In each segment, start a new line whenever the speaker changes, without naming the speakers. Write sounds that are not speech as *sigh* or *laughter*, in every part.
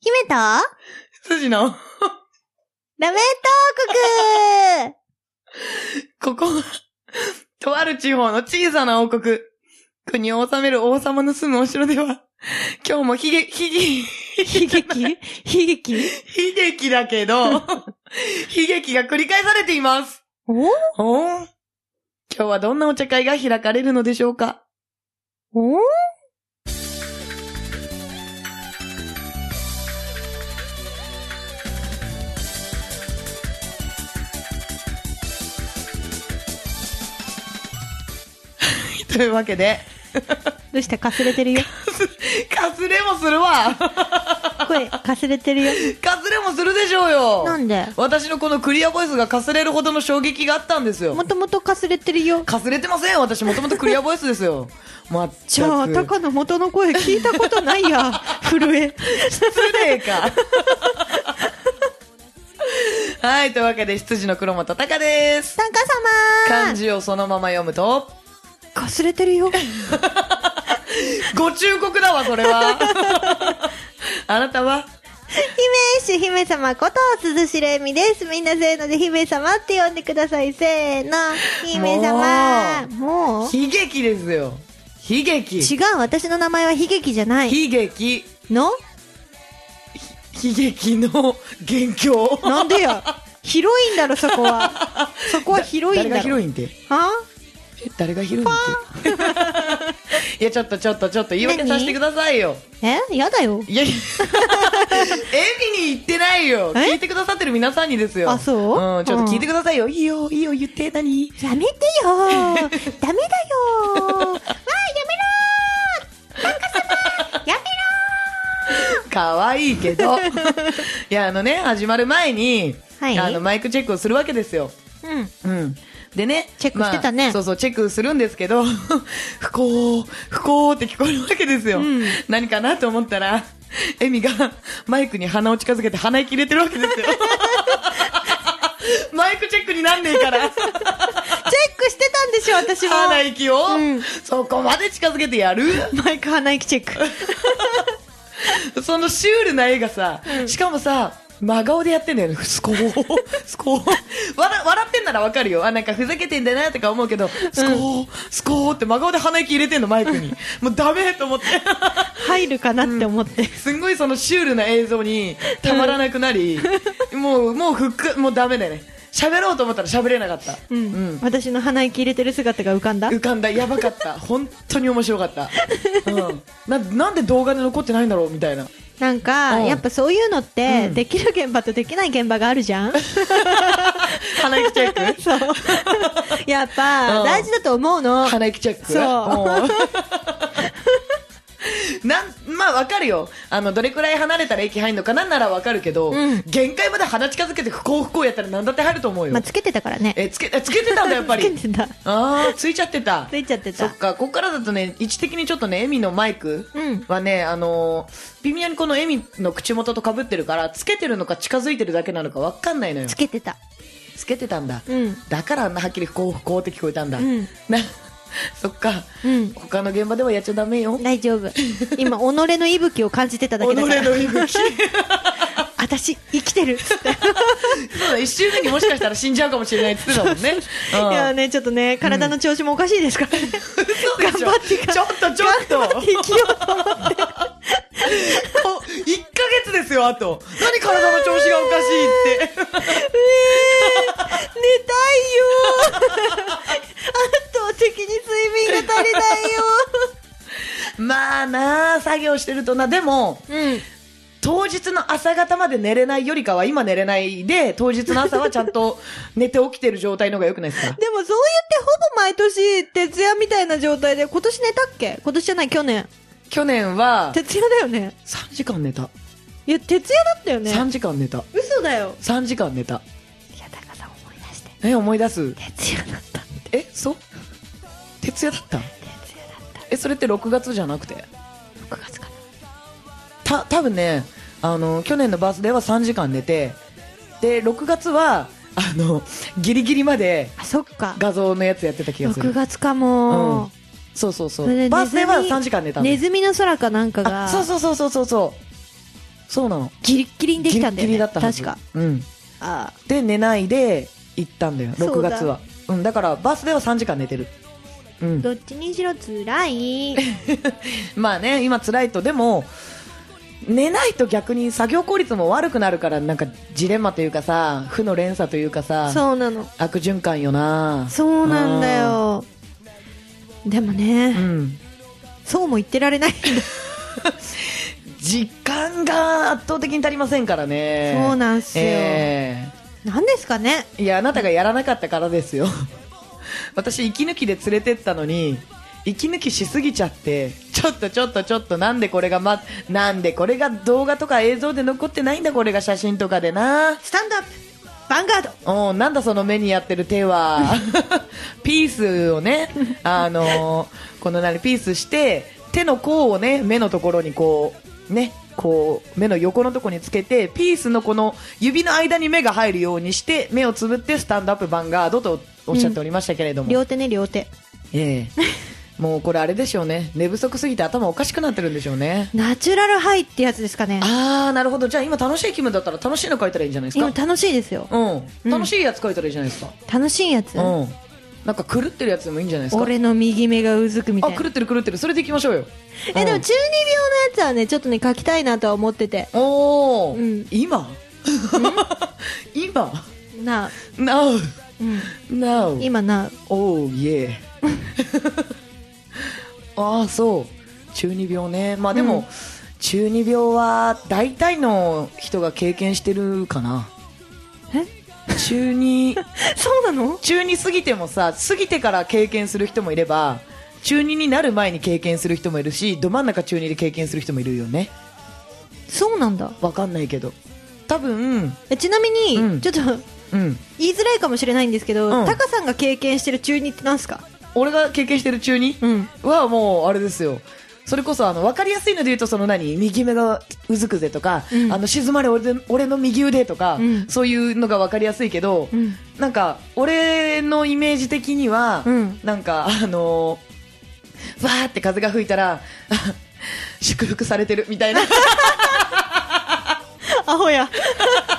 姫と
羊の、
ラメトーク
ここは、とある地方の小さな王国。国を治める王様の住むお城では、今日も悲劇、悲劇、悲劇
悲劇
悲劇だけど、 *laughs* 悲劇が繰り返されています。
お
おー今日はどんなお茶会が開かれるのでしょうか
お
というわけで、
どうしたかすれてるよ。
かすれもするわ。
声、かすれてる *laughs* よ。
かすれもするでしょうよ。
なんで
私のこのクリアボイスがかすれるほどの衝撃があったんですよ
も。ともとかすれてるよ。
かすれてません私もともとクリアボイスですよ。まっ
じゃあ、高野元の声聞いたことないや。震え。
失礼か。はい、というわけで、羊の黒本隆です。
参加
漢
様
字をそのまま読むと、
かすれてるよ。
ご忠告だわ、それは。あなたは
姫主姫様こと鈴しれみです。みんなせーので姫様って呼んでください。せーの。姫様。もう
悲劇ですよ。悲劇。
違う、私の名前は悲劇じゃない。
悲劇。
の
悲劇の元凶。
なんでや。広いんだろ、そこは。そこは広いんだ
誰が
ろ。
広いんって
は
え誰が広いんって *laughs* いや、ちょっとちょっとちょっと言い訳させてくださいよ。
えやだよ。
いや、いやエミに言ってないよ。
え
聞いてくださってる皆さんにですよ。
あそう
うん、ちょっと聞いてくださいよ。いいよ、いいよ、言って、何
や
*laughs*
めてよーダメだよーわあ、やめろーなんかさや
可愛いけ
*laughs*
ど。いや、あのね、始まる前に、
はい
あの、マイクチェックをするわけですよ。
めろーうん。
うん。でね。
チェックしてたね
まあそうそう、チェックするんですけど、 *laughs* 不幸、不幸って聞こえるわけですよ。
うん
何かなと思ったら、エミがマイクに鼻を近づけて鼻息入れてるわけで
*laughs*
すよ。マイクチェックになんねえから。
チェックしてたんでしょ、私は。
鼻息を、
うん
そこまで近づけてやる
マイク鼻息チェック。
そのシュールな絵がさ、しかもさ、真顔でやってんだよね。スコー、スコー。笑笑ってんならわかるよ。あ、なんかふざけてんだなとか思うけど、スコー、スコーって真顔で鼻息入れてんの、マイクに。もうダメと思って。
入るかなって思って。
すんごいそのシュールな映像にたまらなくなり、もう、もうふっく、もうダメだよね。喋ろうと思ったら喋れなかった。
うん。私の鼻息入れてる姿が浮かんだ
浮かんだやばかった本当に面白かった、うん、ななんで動画で残ってないんだろうみたいな
なんか、
うん
やっぱそういうのって、
うん
できる現場とできない現場がある
*laughs*
じゃん
鼻息チェック
そう。やっぱ、
うん
大事だと思うの。
*laughs* 鼻息チェック
そう
うんなんまあわかるよあのどれくらい離れたら駅入るのかなんならわかるけど、
うん
限界まで鼻近づけて不幸不幸やったら何だって入ると思うよ、
まあ、つけてたからね。
えつけえつけてたんだやっぱ
つけ
り
てた。
ああついちゃってた
ついちゃって
そ
た
っ。かここからだとね位置的にちょっとねエミのマイク
うん
はね、あのー微妙にこのエミの口元とかぶってるからつけてるのか近づいてるだけなのかわかんないのよ
つけてた。
つけてたんだ、
うん。
だからあんなはっきり不幸不幸って聞こえたんだ、
うん
な *laughs* そっか、
うん
他の現場ではやっちゃダメよ
大丈夫。
*laughs*
今、己の息吹を感じてただけだから。
己の息吹
私、生きてるっつって。
そうだ1周目にもしかしたら死んじゃうかもしれないって言ってたもん *laughs* ね
いや
うん
ね、ちょっとね、体の調子もおかしいです
*laughs*
からね。
そうでしょ
頑張ってか
ちょっとちょっと
頑張って生きよ *laughs* うと思って。
こう1ヶ月ですよ、あと。何体の調子がおかしい *laughs* って。
寝たいよ圧倒的に睡眠が足り
まあなあ、作業してるとな。でも、
ないよ
当日の朝方まで寝れないよりかは、今寝れないで、当日の朝はちゃんと寝て起きてる状態の方が良くないですか
でもそう言ってほぼ毎年徹夜みたいな状態で今年寝たっけ今年じゃない去年
*laughs* 去年は、
徹夜だよね
3時間寝た。
いや徹夜だったよね
3時間寝た。
嘘だよ
3時間寝た。
いや高さん思い出して
え、思い出す。
徹夜だったって
え、そう徹夜だっ
徹夜だ
た
っ
え、それって6月じゃなくて
た6月かな
た多分ねあの去年のバースデーは3時間寝てで6月はあのギリギリまで
あそっか
画像のやつやってた気がす
6
る
月かも、
そうそうそう。
ネズミ
バースデーは3時間寝たの。
ネズミの空かなんかが
あ、そうそうそうそうそうそう。そうなの。
ギリッギリにできたんだよ、
ギリギリ
ね、
だったはず
確か。
うん。
あ
で、寝ないで行ったんだよ、
そ
6
うだ
月は。うん、だからバースデーは3時間寝てる。う
ー
ん。
どっちにしろつらい
まあね、今辛いと、でも、寝ないと逆に作業効率も悪くなるから、なんかジレンマというかさ、負の連鎖というかさ、
そうなの
悪循環よな。
そうなんだよでもね、
うん。
そうも言ってられない
時間が圧倒的に足りませんからね。
そうなんすよ
え
なんですかね
えいや、あなたがやらなかったからですよ。 *laughs* 私、息抜きで連れてったのに、息抜きしすぎちゃって、ちょっとちょっとちょっと、なんでこれがま、なんでこれが動画とか映像で残ってないんだ、これが写真とかでな。
スタンドアップヴァンガード
おなんだその目にやってる
*laughs*
手はピースをね、あのーこのなにピースして手の甲をね目のところにこうねこう目の横のところにつけてピースのこの指の間に目が入るようにして目をつぶってスタンドアップヴァンガードとおっしゃっておりましたけれども、
両手ね両手
ええもうこれあれでしょうね寝不足すぎて頭おかしくなってるんでしょうね
ナチュラルハイってやつですかね
ああなるほどじゃあ今楽しい気分だったら楽しいの書いたらいいんじゃないです
今
か
楽しいですよう
う、
んん
楽しいやつ書いたらいいじゃないですか
楽しいやつ
うん、なんか狂ってるやつでもいいんじゃないですか
俺の右目がうずくみた
あ
いな
狂ってる狂ってるそれでいきましょうよ
えで
う
も
ん
中二病のやつはねちょっとね書きたいなとは思ってて
おお、
うん
今 *laughs* 今
なあ
Now
うん
Now
今
*laughs*
な
Oh
*laughs*
yeah ああそう中二病ねまあでも、
うん
中二病は大体の人が経験してるかな
え
中二
そうなの
中二過ぎてもさ過ぎてから経験する人もいれば中二になる前に経験する人もいるしど真ん中中二で経験する人もいるよね
そうなんだ
わかんないけど多分
えちなみに、
うん
ちょっと
うん
言いづらいかもしれないんですけど、
うん
タカさんが経験してる中二ってなんすか
俺が経験してる中二
うん
はもうあれですよそれこそあの分かりやすいので言うとその何右目がうずくぜとか、
うん
あの静まれ俺で俺の右腕とか、
うん
そういうのが分かりやすいけど、
うん
なんか俺のイメージ的には、
うん
なんかあのーわーって風が吹いたら *laughs* 祝福されてるみ
*laughs*
たいな
アホや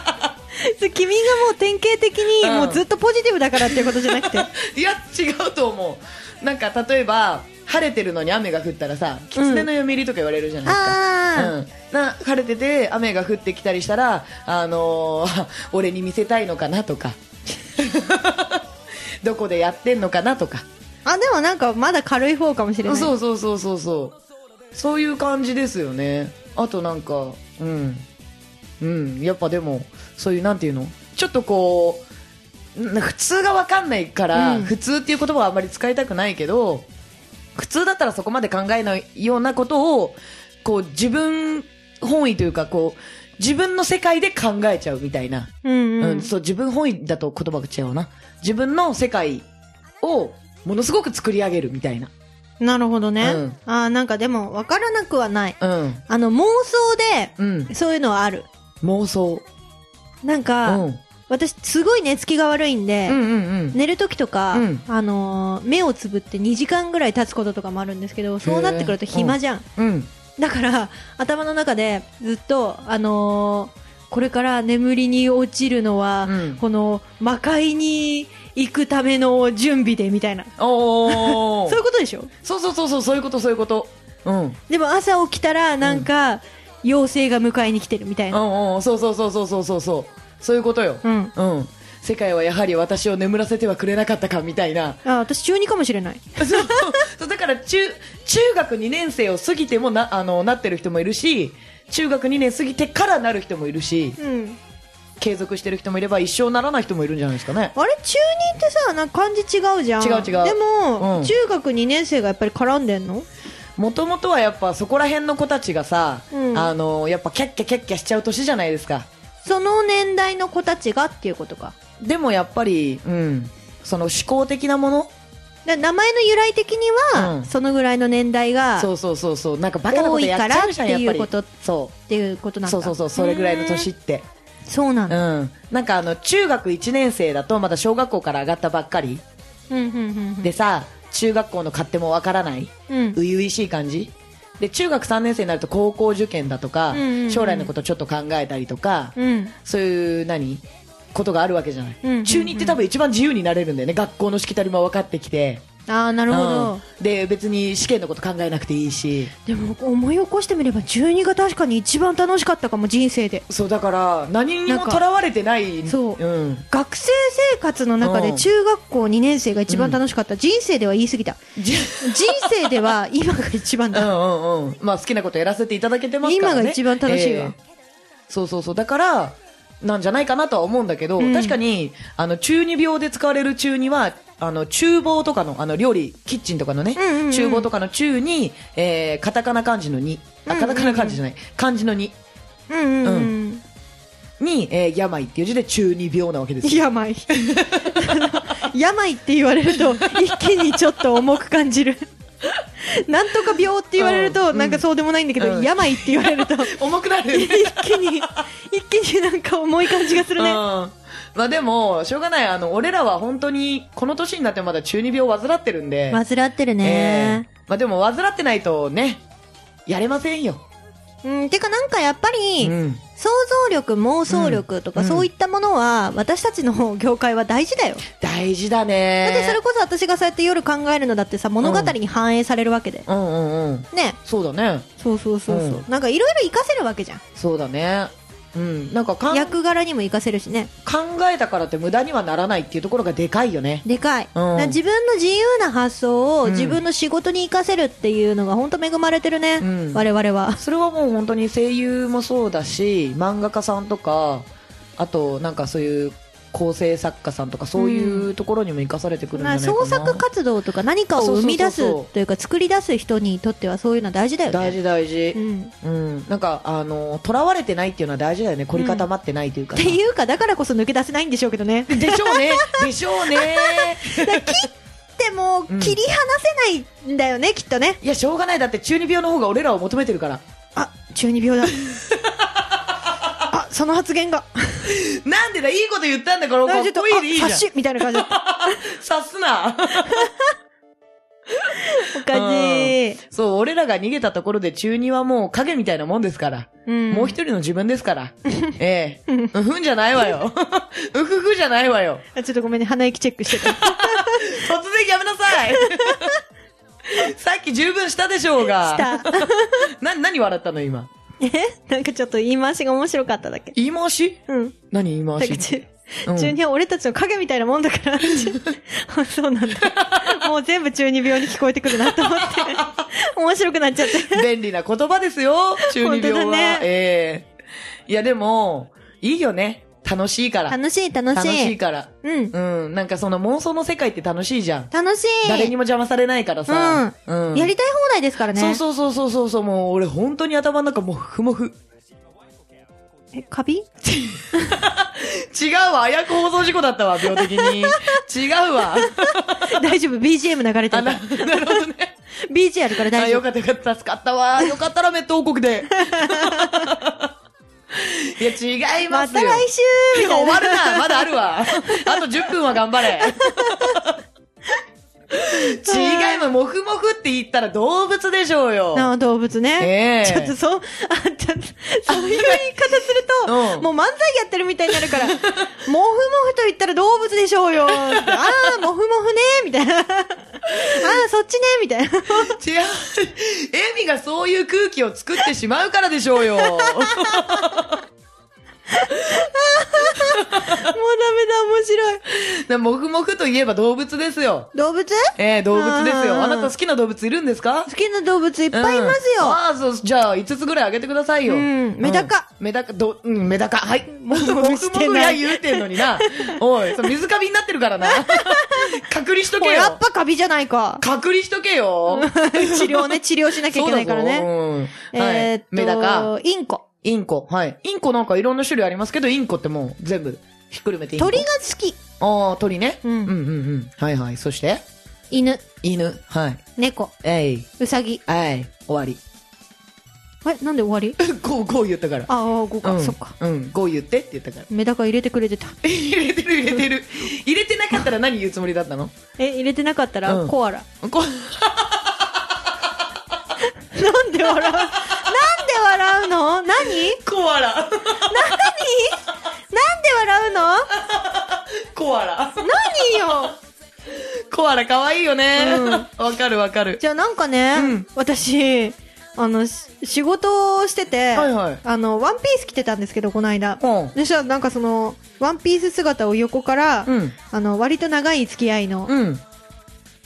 *laughs* そう君がもう典型的に
うん
もうずっとポジティブだからっていうことじゃなく
*laughs*
て
いや違うと思うなんか例えば晴れてるのに雨が降ったらさ狐の嫁入りとか言われるじゃないですか、
ああ、
うん、な晴れてて雨が降ってきたりしたら、あのー俺に見せたいのかなとか *laughs* どこでやってんのかなとか
あでもなんかまだ軽い方かもしれない
そうそうそうそうそうそういう感じですよねあとなんかうんうんやっぱでもそういうなんていうのちょっとこうな普通が分かんないから、
うん
普通っていう言葉はあんまり使いたくないけど普通だったらそこまで考えないようなことをこう自分本位というかこう自分の世界で考えちゃうみたいな
うんう
うんん、そう、自分本位だと言葉が違うな。自分の世界をものすごく作り上げるみたいな。
なるほどね、
うん
ああなんかでも分からなくはない
うん。
あの妄想
うん
で。そういうのはある
妄想。
なん
う
か、
ん。
私すごい寝つきが悪いんで、
うんうんうん。
寝る時とか、
うん
あのー目をつぶって2時間ぐらい経つこととかもあるんですけどそうなってくると暇じゃん、
うん。
だから頭の中でずっと、あのーこれから眠りに落ちるのは、
うん
この魔界に行くための準備でみたいな
お
そ
ー
ういうことでしょ
そうそうそうそう、そういうこと、そういうこと。うん。うん
でも朝起きたらなんか、妖精が迎えに来てるみたいな、
うん。そうそうそうそうそうそうそう。そういうことよ。
うん
うん。世界はやはり私を眠らせてはくれなかったかみたいな。
あ私中二かもしれない
そうそうだから中中学2年生を過ぎてもなあのなってる人もいるし中学2年過ぎてからなる人もいるし、
うん
継続してる人もいれば一生ならない人もいるんじゃないですかね
あれ中二ってさなんか漢字違うじゃん
違う違う
でも、
うん
中学2年生がやっぱり絡んでんの
もともとはやっぱそこら辺の子たちがさ、
うん
あのやっぱキャッキャキャッキャしちゃう年じゃないですか
その年代の子たちがっていうことか
でもやっぱり、うん、その思考的なもの
だ名前の由来的には、
うん
そのぐらいの年代が
そ
っ
うそうそうそうなんかバカなことやっちゃうじゃん
多いからっていう
やっぱり
こと
そ
ていうこと
う
なんだ
そうそうそうそれぐらいの年
う
っ
ん
て
そうな
うんん
だ、
なんかあの中学1年生だとまだ小学校から上がったばっかり
うんうんうんうん
でさ中学校の勝手もわからない
うん
初々しい感じで中学3年生になると高校受験だとか、
うんうんうん
将来のことちょっと考えたりとか、
うん
そういう何ことがあるわけじゃない、
うんうんうん
中2って多分一番自由になれるんだよね学校のしきたりも分かってきて
ああなるほど、
うんで別に試験のこと考えなくていいし
でも思い起こしてみれば12が確かに一番楽しかったかも人生で
そうだから何にもとらわれてない、
そうん学生生活の中
う
で
ん
中学校2年生が一番楽しかった、人生では言い過ぎた
じ
人生では今が一番
うん
だ、
うんうんまあ好きなことやらせていただけてますからね
今が一番楽しいわ
そうそうそうだからなんじゃないかなとは思うんだけど、
うん
確かにあの中二病で使われる中二はあの厨房とかのあの料理キッチンとかのね、
うんうんうん
厨房とかの中に、えーカタカナ漢字の2あカタカナ漢字じゃない、漢字の2
うんうんうん、
に、えー病っていう字で中二病なわけですよ *laughs*
病あの病って言われると一気にちょっと重く感じるなんとか病って言われると、
うん
なんかそうでもないんだけど、
うん
病って言われると
重くなる
一気に一気になんか重い感じがするね、
うん、まあでもしょうがないあの俺らは本当にこの年になってまだ中二病を患ってるんで
患ってるね
え、えまあでも患ってないとねやれませんよ、
うん、てかなんかやっぱり、
うん
想像力妄想力とか、
うん
そういったものは私たちの業界は大事だよ、
大事だね
だってそれこそ私がそうやって夜考えるのだってさ物語に反映されるわけで、
うんうんうん
ね
そうだね
そうそうそうそう、
う
なんかいろいろ活かせるわけじゃん
そうだねうんなんかかん考
役柄にも活かせるしね
えたからって無駄にはならないっていうところがでかいよね
でかい、
うん
だから自分の自由な発想を
うん
自分の仕事に活かせるっていうのが本当恵まれてるね、
うん
我々は
それはもう本当に声優もそうだし漫画家さんとかあとなんかそういう構成作家さんとかそういうところにも生かされてくるんじ
ま
ゃ
あ
ないかな、
創作活動とか何かを生み出
そうそうそうそ
す
う
というか作り出す人にとってはそういうのは大事だよね
大事大事、
うん
うん、なんか、あの、囚われてないっていうのは大事だよね。凝り固まってないというか
っ
さ。
ていうかだからこそ抜け出せないんでしょうけどね
でしょうね。でしょうね。
でも
うん
切り離せないんだよね、きっとね
いや、しょうがない。だって中二病の方が俺らを求めてるから。
あ中二病だ *laughs* あその発言が
なんでだ、いいこと言ったんだから、かっこいいでいいじゃん。
察しみたいな感じだった
察すな。
おかしい、
そう、俺らが逃げたところで中二はもう影みたいなもんですから。
うん、
もう一人の自分ですから。ええ。うふんじゃないわよ。うふふじゃないわよ。
あちょっとごめんね鼻息チェックしてた
突然やめなさい。 *laughs* さっき十分したでしょうが。
した
な、何笑ったの今。
*laughs* えなんかちょっと言い回しが面白かっただけ
言い回し
うん
何言い
な
回
んか
し
中
うん
中二は俺たちの影みたいなもんだからあ
*laughs*
そうなんだもう全部中二病に聞こえてくるなと
*laughs*
思って面白くなっちゃって *laughs*
便利な言葉ですよ、中二病は。
本当だね
ええいや、でも、いいよね。楽しいから。
楽しい楽しい
から。
うん
うん。なんかその妄想の世界って楽しいじゃん。
楽しい
誰にも邪魔されないからさ。うん。
やりたい放題ですからね
そうそうそうそうそう、もう俺本当に頭の中もうふもふ。
えカビ *laughs*
違うわ、綾子放送事故だったわ、病的
*laughs*
に。違うわ。
大丈夫 BGM 流れて
あ
るか
な、
ら
なるほどね。
BG あるから
あ、
大丈
よ
夫
かったよかった。助かったわ。よかったらメット王国で。
*laughs*
いや、違いま
ますた
よ。
来週
い
み
や
たい
終
な
わる *laughs* な。まだあるわ。あと10分は頑張れ。 *laughs* 違います。もふもふって言ったら動物でしょうよ。
なあ動物ね、
ええ
ちょっとそうあちょっとそういう言い方すると、
うん
もう漫才やってるみたいになるから *laughs* モフモフと言ったら動物でしょうよああモフモフねみたい
*laughs*
なああそっちねみたいな
違う。エミがそういう空気を作ってしまうからでしょう *laughs* よ。
もうダメだ面白い
なもふもふといえば動物ですよ。
動物
ええ動物です
うん
よ。あなた好きな動物いるんですか
好きな動物いっぱいいます
うん
よ、
ああ、そう、じゃあ、5つぐらいあげてくださいよ。
うんメダカ
うん。メダカ、ど、うん、メダカ。はい。も
ふ
ふ
も
も
ふ
ふ
してない
や言うてんの
*laughs*
にな。おい、それ水カビになってるからな。隔離しと
も
け
うやっ
よ。
ぱカビじゃないか
隔離しとけよ。
治療
*laughs*
ね治療しな *laughs* きゃいけないからね、
そうだぞうんはい
えーっと、
メダカ、
インコ。
インコ。はい。インコなんかいろんな種類ありますけど、インコってもう全部ひっくるめてインコ。
鳥が好き。
ああ、鳥ね。
う
うんんうんうん。はいはい。そして、
犬、
犬。はい。
猫、
えい、
うさぎ。
えい、終わり。
え、なんで終わり
*laughs* こう、こう言ったから。
ああ、5か、
うん、
そっか。
うん、こう言ってって言ったから。
メダカ入れてくれてた。
入れてる入れてる。入れてなかったら何言うつもりだったの
え、入れてなかったら、
うん
コアラ。
こ
*laughs* なんで笑うなんで笑うの何何なんで
コアラ。
笑うの
コアラ。
何よ
コアラ可愛いよね
うん。
わ、かるわかる。
じゃあなんかね、
うん
私、あの、し仕事をしてて、
はいはい
あの、ワンピース着てたんですけど、この間。
うん
でそしたらなんかその、ワンピース姿を横から、
うん
あの、割と長い付き合いの
うん。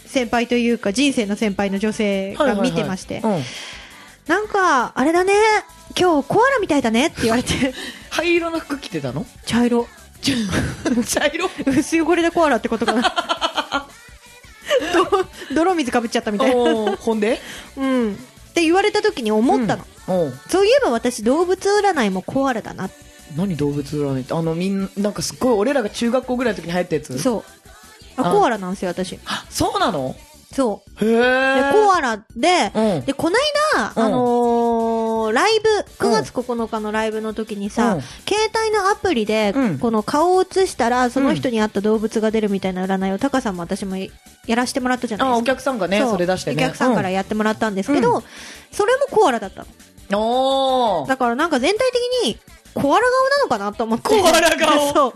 先輩というか、人生の先輩の女性
はいは
が
いはい
見てまして、
うん
なんか、あれだね、今日コアラみたいだねって言われ
*laughs*
て、
灰色の服着てたの
茶色。
*laughs* 茶色
薄汚れたコアラってことかな。
*laughs*
ど泥水かぶっちゃったみたいな。
おーほんで
うん。って言われた時に思ったの。
うんおう
そういえば私動物占いもコアラだな。
何動物占いってあのみんななんかすごい俺らが中学校ぐらいの時に流行ったやつう
そう。あ
あ
コアラなんですよ、私。
あそうなの
そう。
へ
で
え
コアラで、
うん
で、こないだ、
うん
あのーライブ、9
うん
月9日のライブの時にさ、
うん
携帯のアプリで、
うん
この顔を映したら、その人に合った動物が出るみたいな占いを、タカさんも私もやらしてもらったじゃない
あ
です
お
か。
客さんがね
う
それ出してね
お客さんから
うん
やってもらったんですけど、
う
それもコアラだったの。
おー
だからなんか全体的にコアラ顔なのかなと思って。
コアラ
*laughs*
顔
そう。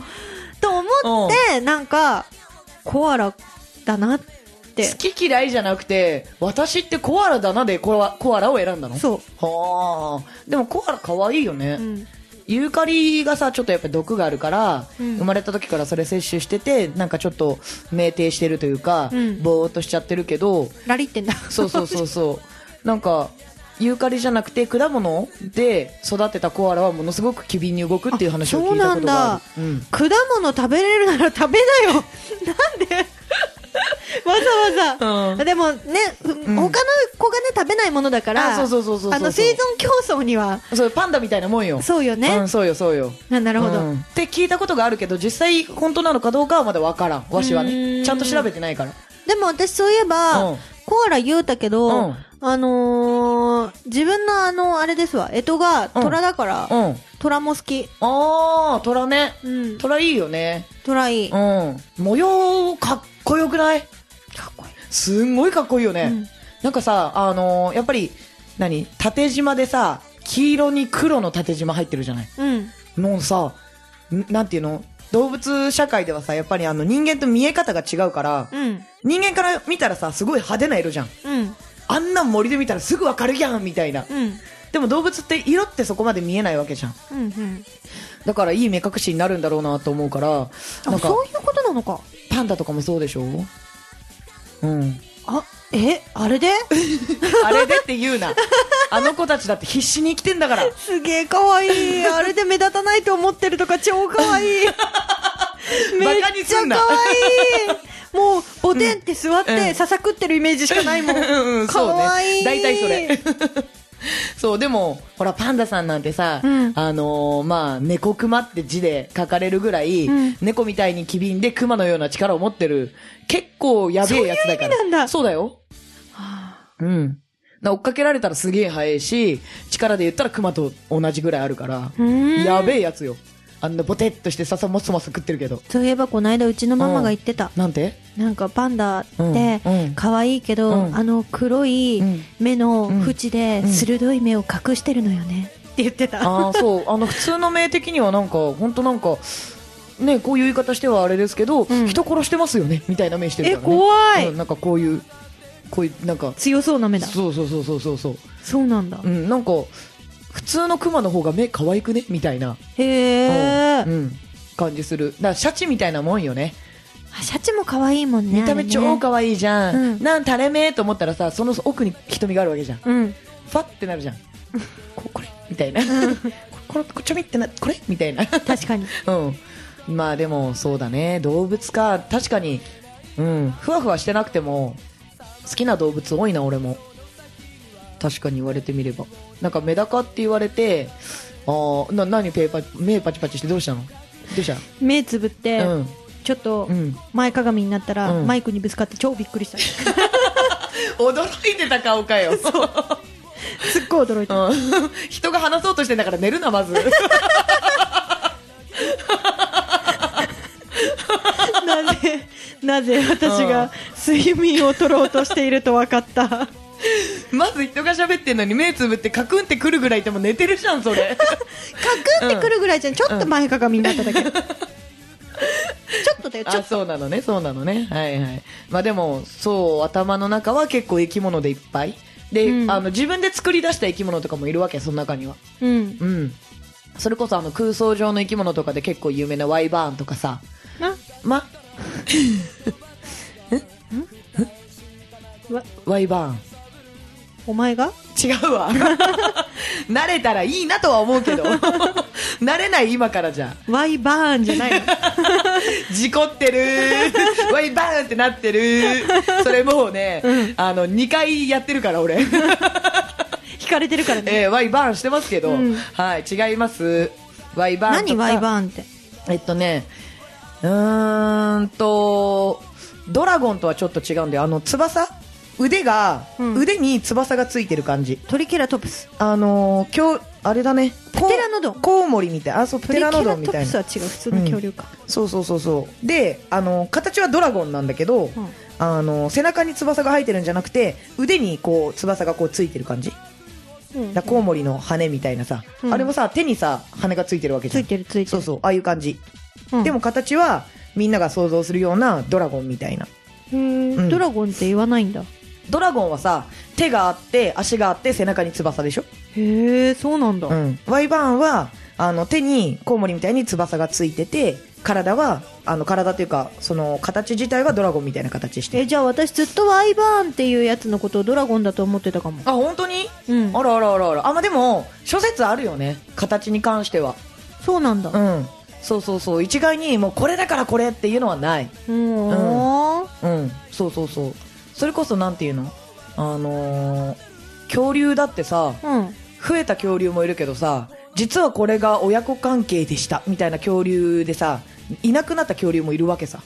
と思って、なんか、コアラだなって。
好き嫌いじゃなくて私ってコアラだなでコアコアラを選んだの
そ
はあでもコアラ可愛いよ
う。
ね
うん。
ユーカリがさちょっとやっぱ毒があるから、
うん
生まれた時からそれ摂取しててなんかちょっと酩酊してるというか、
うん
ぼーっとしちゃってるけど
ラリってんだ。
そうそうそう
*laughs*
そうなんかユーカリじゃなくて果物で育てたコアラはものすごく機敏に動くっていう話を聞いたことがあるうん
果物食べれるなら食べなよ。 *laughs* なんでわざわざ、
うん
でもね、ふ
ん
他の子がね、食べないものだから、
あそうそうそうそうそう
あの、生存競争には、
そうパンダみたいなもんよ
そうよね
うん、そうよそうよ
あなるほど。
うんって聞いたことがあるけど実際本当なのかどうかはまだわからんわしは
うーん
ねちゃんと調べてないから
でも私そういえば、
うん
コアラ言うたけど、
うん
あのー、自分のあの、あれですわ、干支が
うん
虎だから、
うん
虎も好き。
ああ虎ね
うん。
虎いいよね
虎いい。かっ
うん、模様かっこよくない
こいい。
すんごいかっこいいよね、
うん
なんかさあのーやっぱり何縦縞でさ黄色に黒の縦縞入ってるじゃない
うん。
もうさんなんていうの動物社会ではさやっぱりあの人間と見え方が違うから、
うん。
人間から見たらさすごい派手な色じゃん
うん。
あんなん森で見たらすぐわかるやんみたい
う
な
ん。
でも動物って色ってそこまで見えないわけじゃん
うん。うん。
だからいい目隠しになるんだろうなと思うからな
あ、
んか
そういうことなのか。
パンダとかもそうでしょ
*laughs*
うん
あ、え、あれで
あれでって言うな。あの子たちだって必死に生きてんだから。
すげえ可愛
*laughs*
い。あれで目立たないと思ってるとか超可愛い。めっ
バカに
ちゃ
すんな
可愛
*laughs*
い。もう、ボテンって座っ
うんう
て、
ん
ささくってるイメージしかない
*laughs*
もん。
そうね
可愛い。
大体それ。 *laughs* そう、でも、ほら、パンダさんなんてさ、
うん
あのーまあ、猫熊って字で書かれるぐらい、
うん
猫みたいに機敏で熊のような力を持ってる、結構やべえやつ
そういう意
だから。
味なんだ
そうだよ。うん。な追っかけられたらすげえ速いし、力で言ったら熊と同じぐらいあるから、
うん
やべえやつよ。あんなボテっとしてささもそもそ食ってるけど。
そういえばこの間うちのママが言ってた、
なんて
なんかパンダって
うんうん
可愛いけど、
うん
あの黒い
うん
目の縁で
うん
鋭い目を隠してるのよねって言ってた、
ああそうあの普通の名的にはなんか本当なんかねこういう言い方してはあれですけど、
うん
人殺してますよねみたいな目してるから、ね、
え怖い
うんなんかこういうこういうなんか
強そうな目だ
そうそうそうそうそうそう
そうなんだ、
うんなんか普通のクマの方が目可愛くねみたいな、
へえ、
うんうん感じするだからシャチみたいなもんよね
あシャチも可愛いもんね
見た目超
愛
可愛いじゃん、
うん
なん垂れ目と思ったらさその奥に瞳があるわけじゃん
いうん
ファってなるじゃんここれみたいな *laughs* ここのちょびってなこれみたいな
確かに
うん。まあでも、そうだね。動物か。確かに、うん。ふわふわしてなくても、好きな動物多いな、俺も。確かに言われてみれば。なんか、メダカって言われて、あーな、何ペーパチ、目パチパチしてどうしたのどうした
目つぶって、
うん。
ちょっと
うん
前かがみになったら、
う
*laughs*
ん
マイクにぶつかって超びっくりした
*laughs* 驚いてた顔かよ。
すっごい驚いた。
うん人が話そうとしてんだから寝るな、ま *laughs* ず。
なぜ、なぜ私が睡眠を取ろうとしていると分かった。
まず人が喋ってんのに目つぶってカクンってくるぐらいでも寝てるじゃん、それ。
カクンってくるぐらいじゃん。ちょっと前かがみになっただけ。ちょっとだよ、ちょっ
あ、
と。
そうなのね、そうなのね。はいはい。まあでも、そう、頭の中は結構生き物でいっぱい。で、
うん
あの、自分で作り出した生き物とかもいるわけ、その中には。
うん。
うん。それこそあの空想上の生き物とかで結構有名なワイバーンとかさ。
な、
ま、
わ、
ワイバーン。
お前が
違うわ。慣れたらいいなとは思うけど。慣れない今からじゃ。
ワイバーンじゃない *laughs* の。
事故っ
*laughs*
てるワイバーンってなってるそれもうね、あの2回やってるから俺、
引かれてるからね。
えーワイバーンしてますけど、
うん
はい違いますワイバーン
何ワイ
ー
バーンって。
ンえっとねうーんとドラゴンとはちょっと違うんだよあの翼腕が、
うん
腕に翼がついてる感じ
トリケラトプス。
あのー今日あれだねプ
テラノドン
コウモリみたいあそうプ
ト
テ
リケ
ラ
ラ
ノド
ト
ンみた
プ
い
ス
な
は違う、普通の恐竜か。
そうそうそうそうであの形はドラゴンなんだけど、
うん
あの背中に翼が生えてるんじゃなくて腕にこう翼がこうついてる感じ
うん
だコウモリの羽みたいなさ、
うん
あれもさ手にさ羽がついてるわけじ
つ
ゃん
いてるついて
そう
る。
そうああいう感じ、
うん
でも、形はみんなが想像するようなドラゴンみたいな
へー
ん
ドラゴンって言わないんだ。
ドラゴンはさ手があって足があって背中に翼でしょ、
へえ、そうなんだ
う。ん、ワイバーンはあの手にコウモリみたいに翼がついてて体はあの体というかその形自体はドラゴンみたいな形してる
え、じゃあ私ずっとワイバーンっていうやつのことをドラゴンだと思ってたかも。
あ本当に
うん。
あらあらあらあら。あ、まあ、でも、諸説あるよね。形に関しては。
そうなんだ。
うん。そうそうそう。一概に、もうこれだからこれっていうのはない。
うん。
うん。そうそうそう。それこそ、なんていうのあのー、恐竜だってさ、
うん。
増えた恐竜もいるけどさ、実はこれが親子関係でした、みたいな恐竜でさ、いなくなった恐竜もいるわけさ。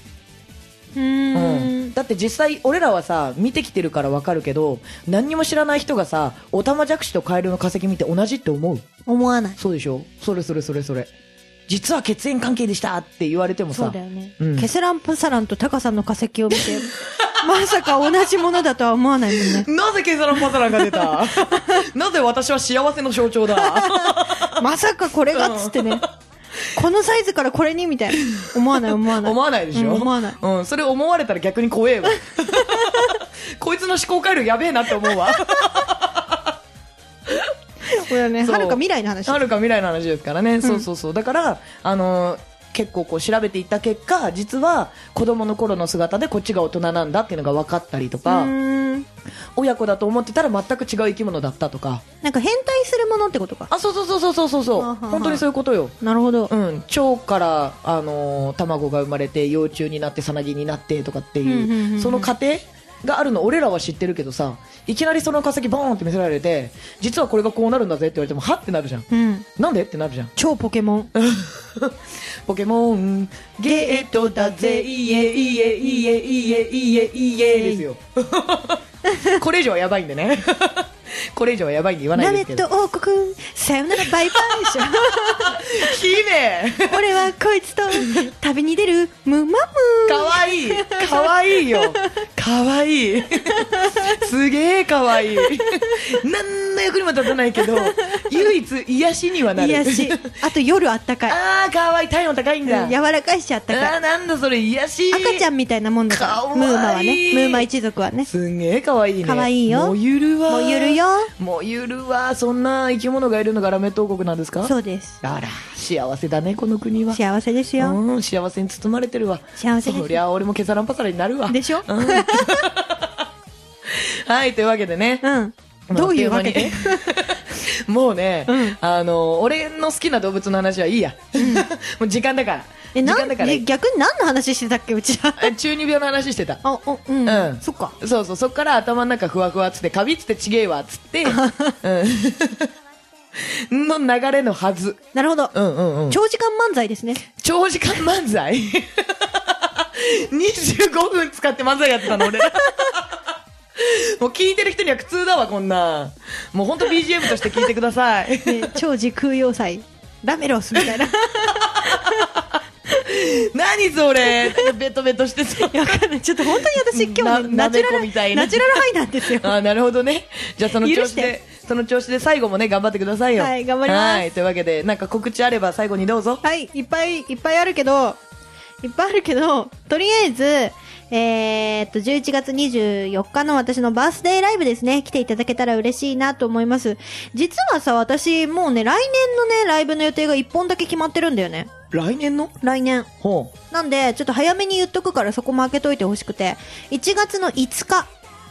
う
うん
ん。
だって実際、俺らはさ、見てきてるからわかるけど、何にも知らない人がさ、オタマジャクシとカエルの化石見て同じって思う
思わない。
そうでしょそれそれそれそれ。実は血縁関係でしたって言われても
そう
さ
だ、よね。
うん
ケセランプサランとタカさんの化石を見て、 *laughs* まさか同じものだとは思わないもんね。
*laughs* なぜケサランパサランが出 *laughs* たなぜ私は幸せの象徴だ
まさかこれがっつってね。このサイズからこれにみたいな。思わない思わない。
*laughs* 思わないでしょ、
うん思わない。
うん、それ思われたら逆に怖 *laughs* えわ。こいつの思考回路やべえなって思うわ。
これはね、
そう
はるか未来の話。
はるか未来の話ですからね。そうそうそう。だから、あのー結構こう調べていった結果、実は子供の頃の姿でこっちが大人なんだっていうのが分かったりと
う
か、
ーん
親子だと思ってたら全く違う生き物だったとか、
なんか変態するものってことか。
あ、そうそうそうそうそうそう。
はあはあはあ
本当にそういうことよ。
なるほど
う。ん、腸から、あのー卵が生まれて幼虫になってさなぎになってとかって
うんうんうん
いううんその過程があるの俺らは知ってるけどさいきなりその化石ボーンって見せられて実はこれがこうなるんだぜって言われてもはってなるじゃん
うん。
なんでってなるじゃん
超ポケモン。
ポケモンゲートだぜいえいえいえいえいえいえですよこれ以上はやばいんでねこれ以上はやばいんで言わない
ナ
で
メ
すけ
ッ
ど
ト王国、さよならバイバイでしょ。
姫
俺はこいつと旅に出るムマム
かわいいかわいいよかわいいすげえかわいい何の役にも立たないけど唯一癒しにはなる
癒しあと夜あったかい、
ああかわいい体温高いんだ、
うん、柔らかいしあったか
あ
い
ーなんだそれ癒し
赤ちゃんみたいなもんだから
かわいい
ムーマはねムーマ一族はね
すんげえかわいいね
かわいいよ
もゆるわ
もうゆるよ
もゆるわそんな生き物がいるのがラメット王国なんですか
そうです
あら幸せだねこの国は
幸せですよ
うん、幸せに包まれてるわ。
幸せです
そりゃ、俺もケサランパサラになるわ。
でしょ
うんはい、というわけでね。
うんどういうわけで
あっという間に *laughs* もうね、
うん
あの、俺の好きな動物の話はいいや。 *laughs* もう時間だから。
え
時
な
間
ん
だからい
え
い。
逆に何の話してたっけう
*laughs*
ちら
え中二病の話してた。
あおうん、
うん
そっか
そうそう、そっから頭の中ふわふわっつって、カビっつってちげえわっつって、うん。 *laughs* の流れのはず。
なるほど、
うんうんうん。
長時間漫才ですね
長時間漫才 *laughs*
*laughs*
25分使って漫才やってたの俺らもう聞いてる人には苦痛だわ、こんなん。もう本当 BGM として聞いてください。 *laughs*
ね超時空要塞ラメロスみたいな
何それベトベトしてそう。
わかんないちょっと本当に私今日
な
ナチュラ
なめこみたい
ル
な
ナチュラルハイなんですよ
*laughs* あーなるほどね。じゃあその調子
許
で、その調子で最後もね、頑張ってくださいよ。
はい頑張ります
はい、というわけで、なんか告知あれば最後にどうぞ。
はい、いっぱいいっぱいあるけど、いっぱいあるけど、とりあえず、えーっと、11月24日の私のバースデーライブですね、来ていただけたら嬉しいなと思います。実はさ、私、もうね、来年のね、ライブの予定が1本だけ決まってるんだよね。
来年の
来年。
ほ
なんで、ちょっと早めに言っとくからそこも開けといてほしくて、1月の5日、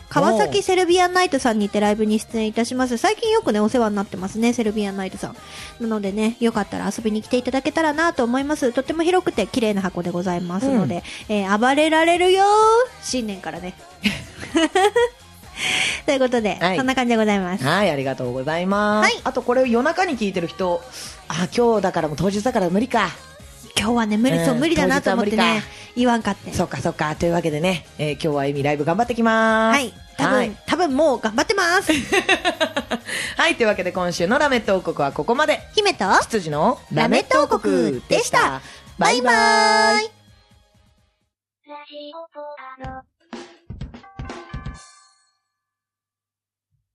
川崎セルビアンナイトさんにてライブに出演いたします。最近よくね、お世話になってますね、セルビアンナイトさん。なのでね、よかったら遊びに来ていただけたらなと思います。とっても広くて綺麗な箱でございますので、えー暴れられるよー新年
*laughs*
からね。ということで、
はい
そんな感じでございます。
はい、ありがとうございます。
はい
あとこれ夜中に聞いてる人、あ、今日だからもう当日だから無理か。
今日はね、無理、そう、
うん
無理だなと思って
当日は無
ね
理か、
言わんかって。
そっかそっか。というわけでね、えー今日はエミライブ頑張ってきま
は
す。
い。多分、
はい。
多分もう頑張って
*laughs*
ます。
はい、というわけで今週のラメット王国はここまで。
姫と、
羊の
ラメット王国でした。
バイバ
ラ
イ。
ジオポアの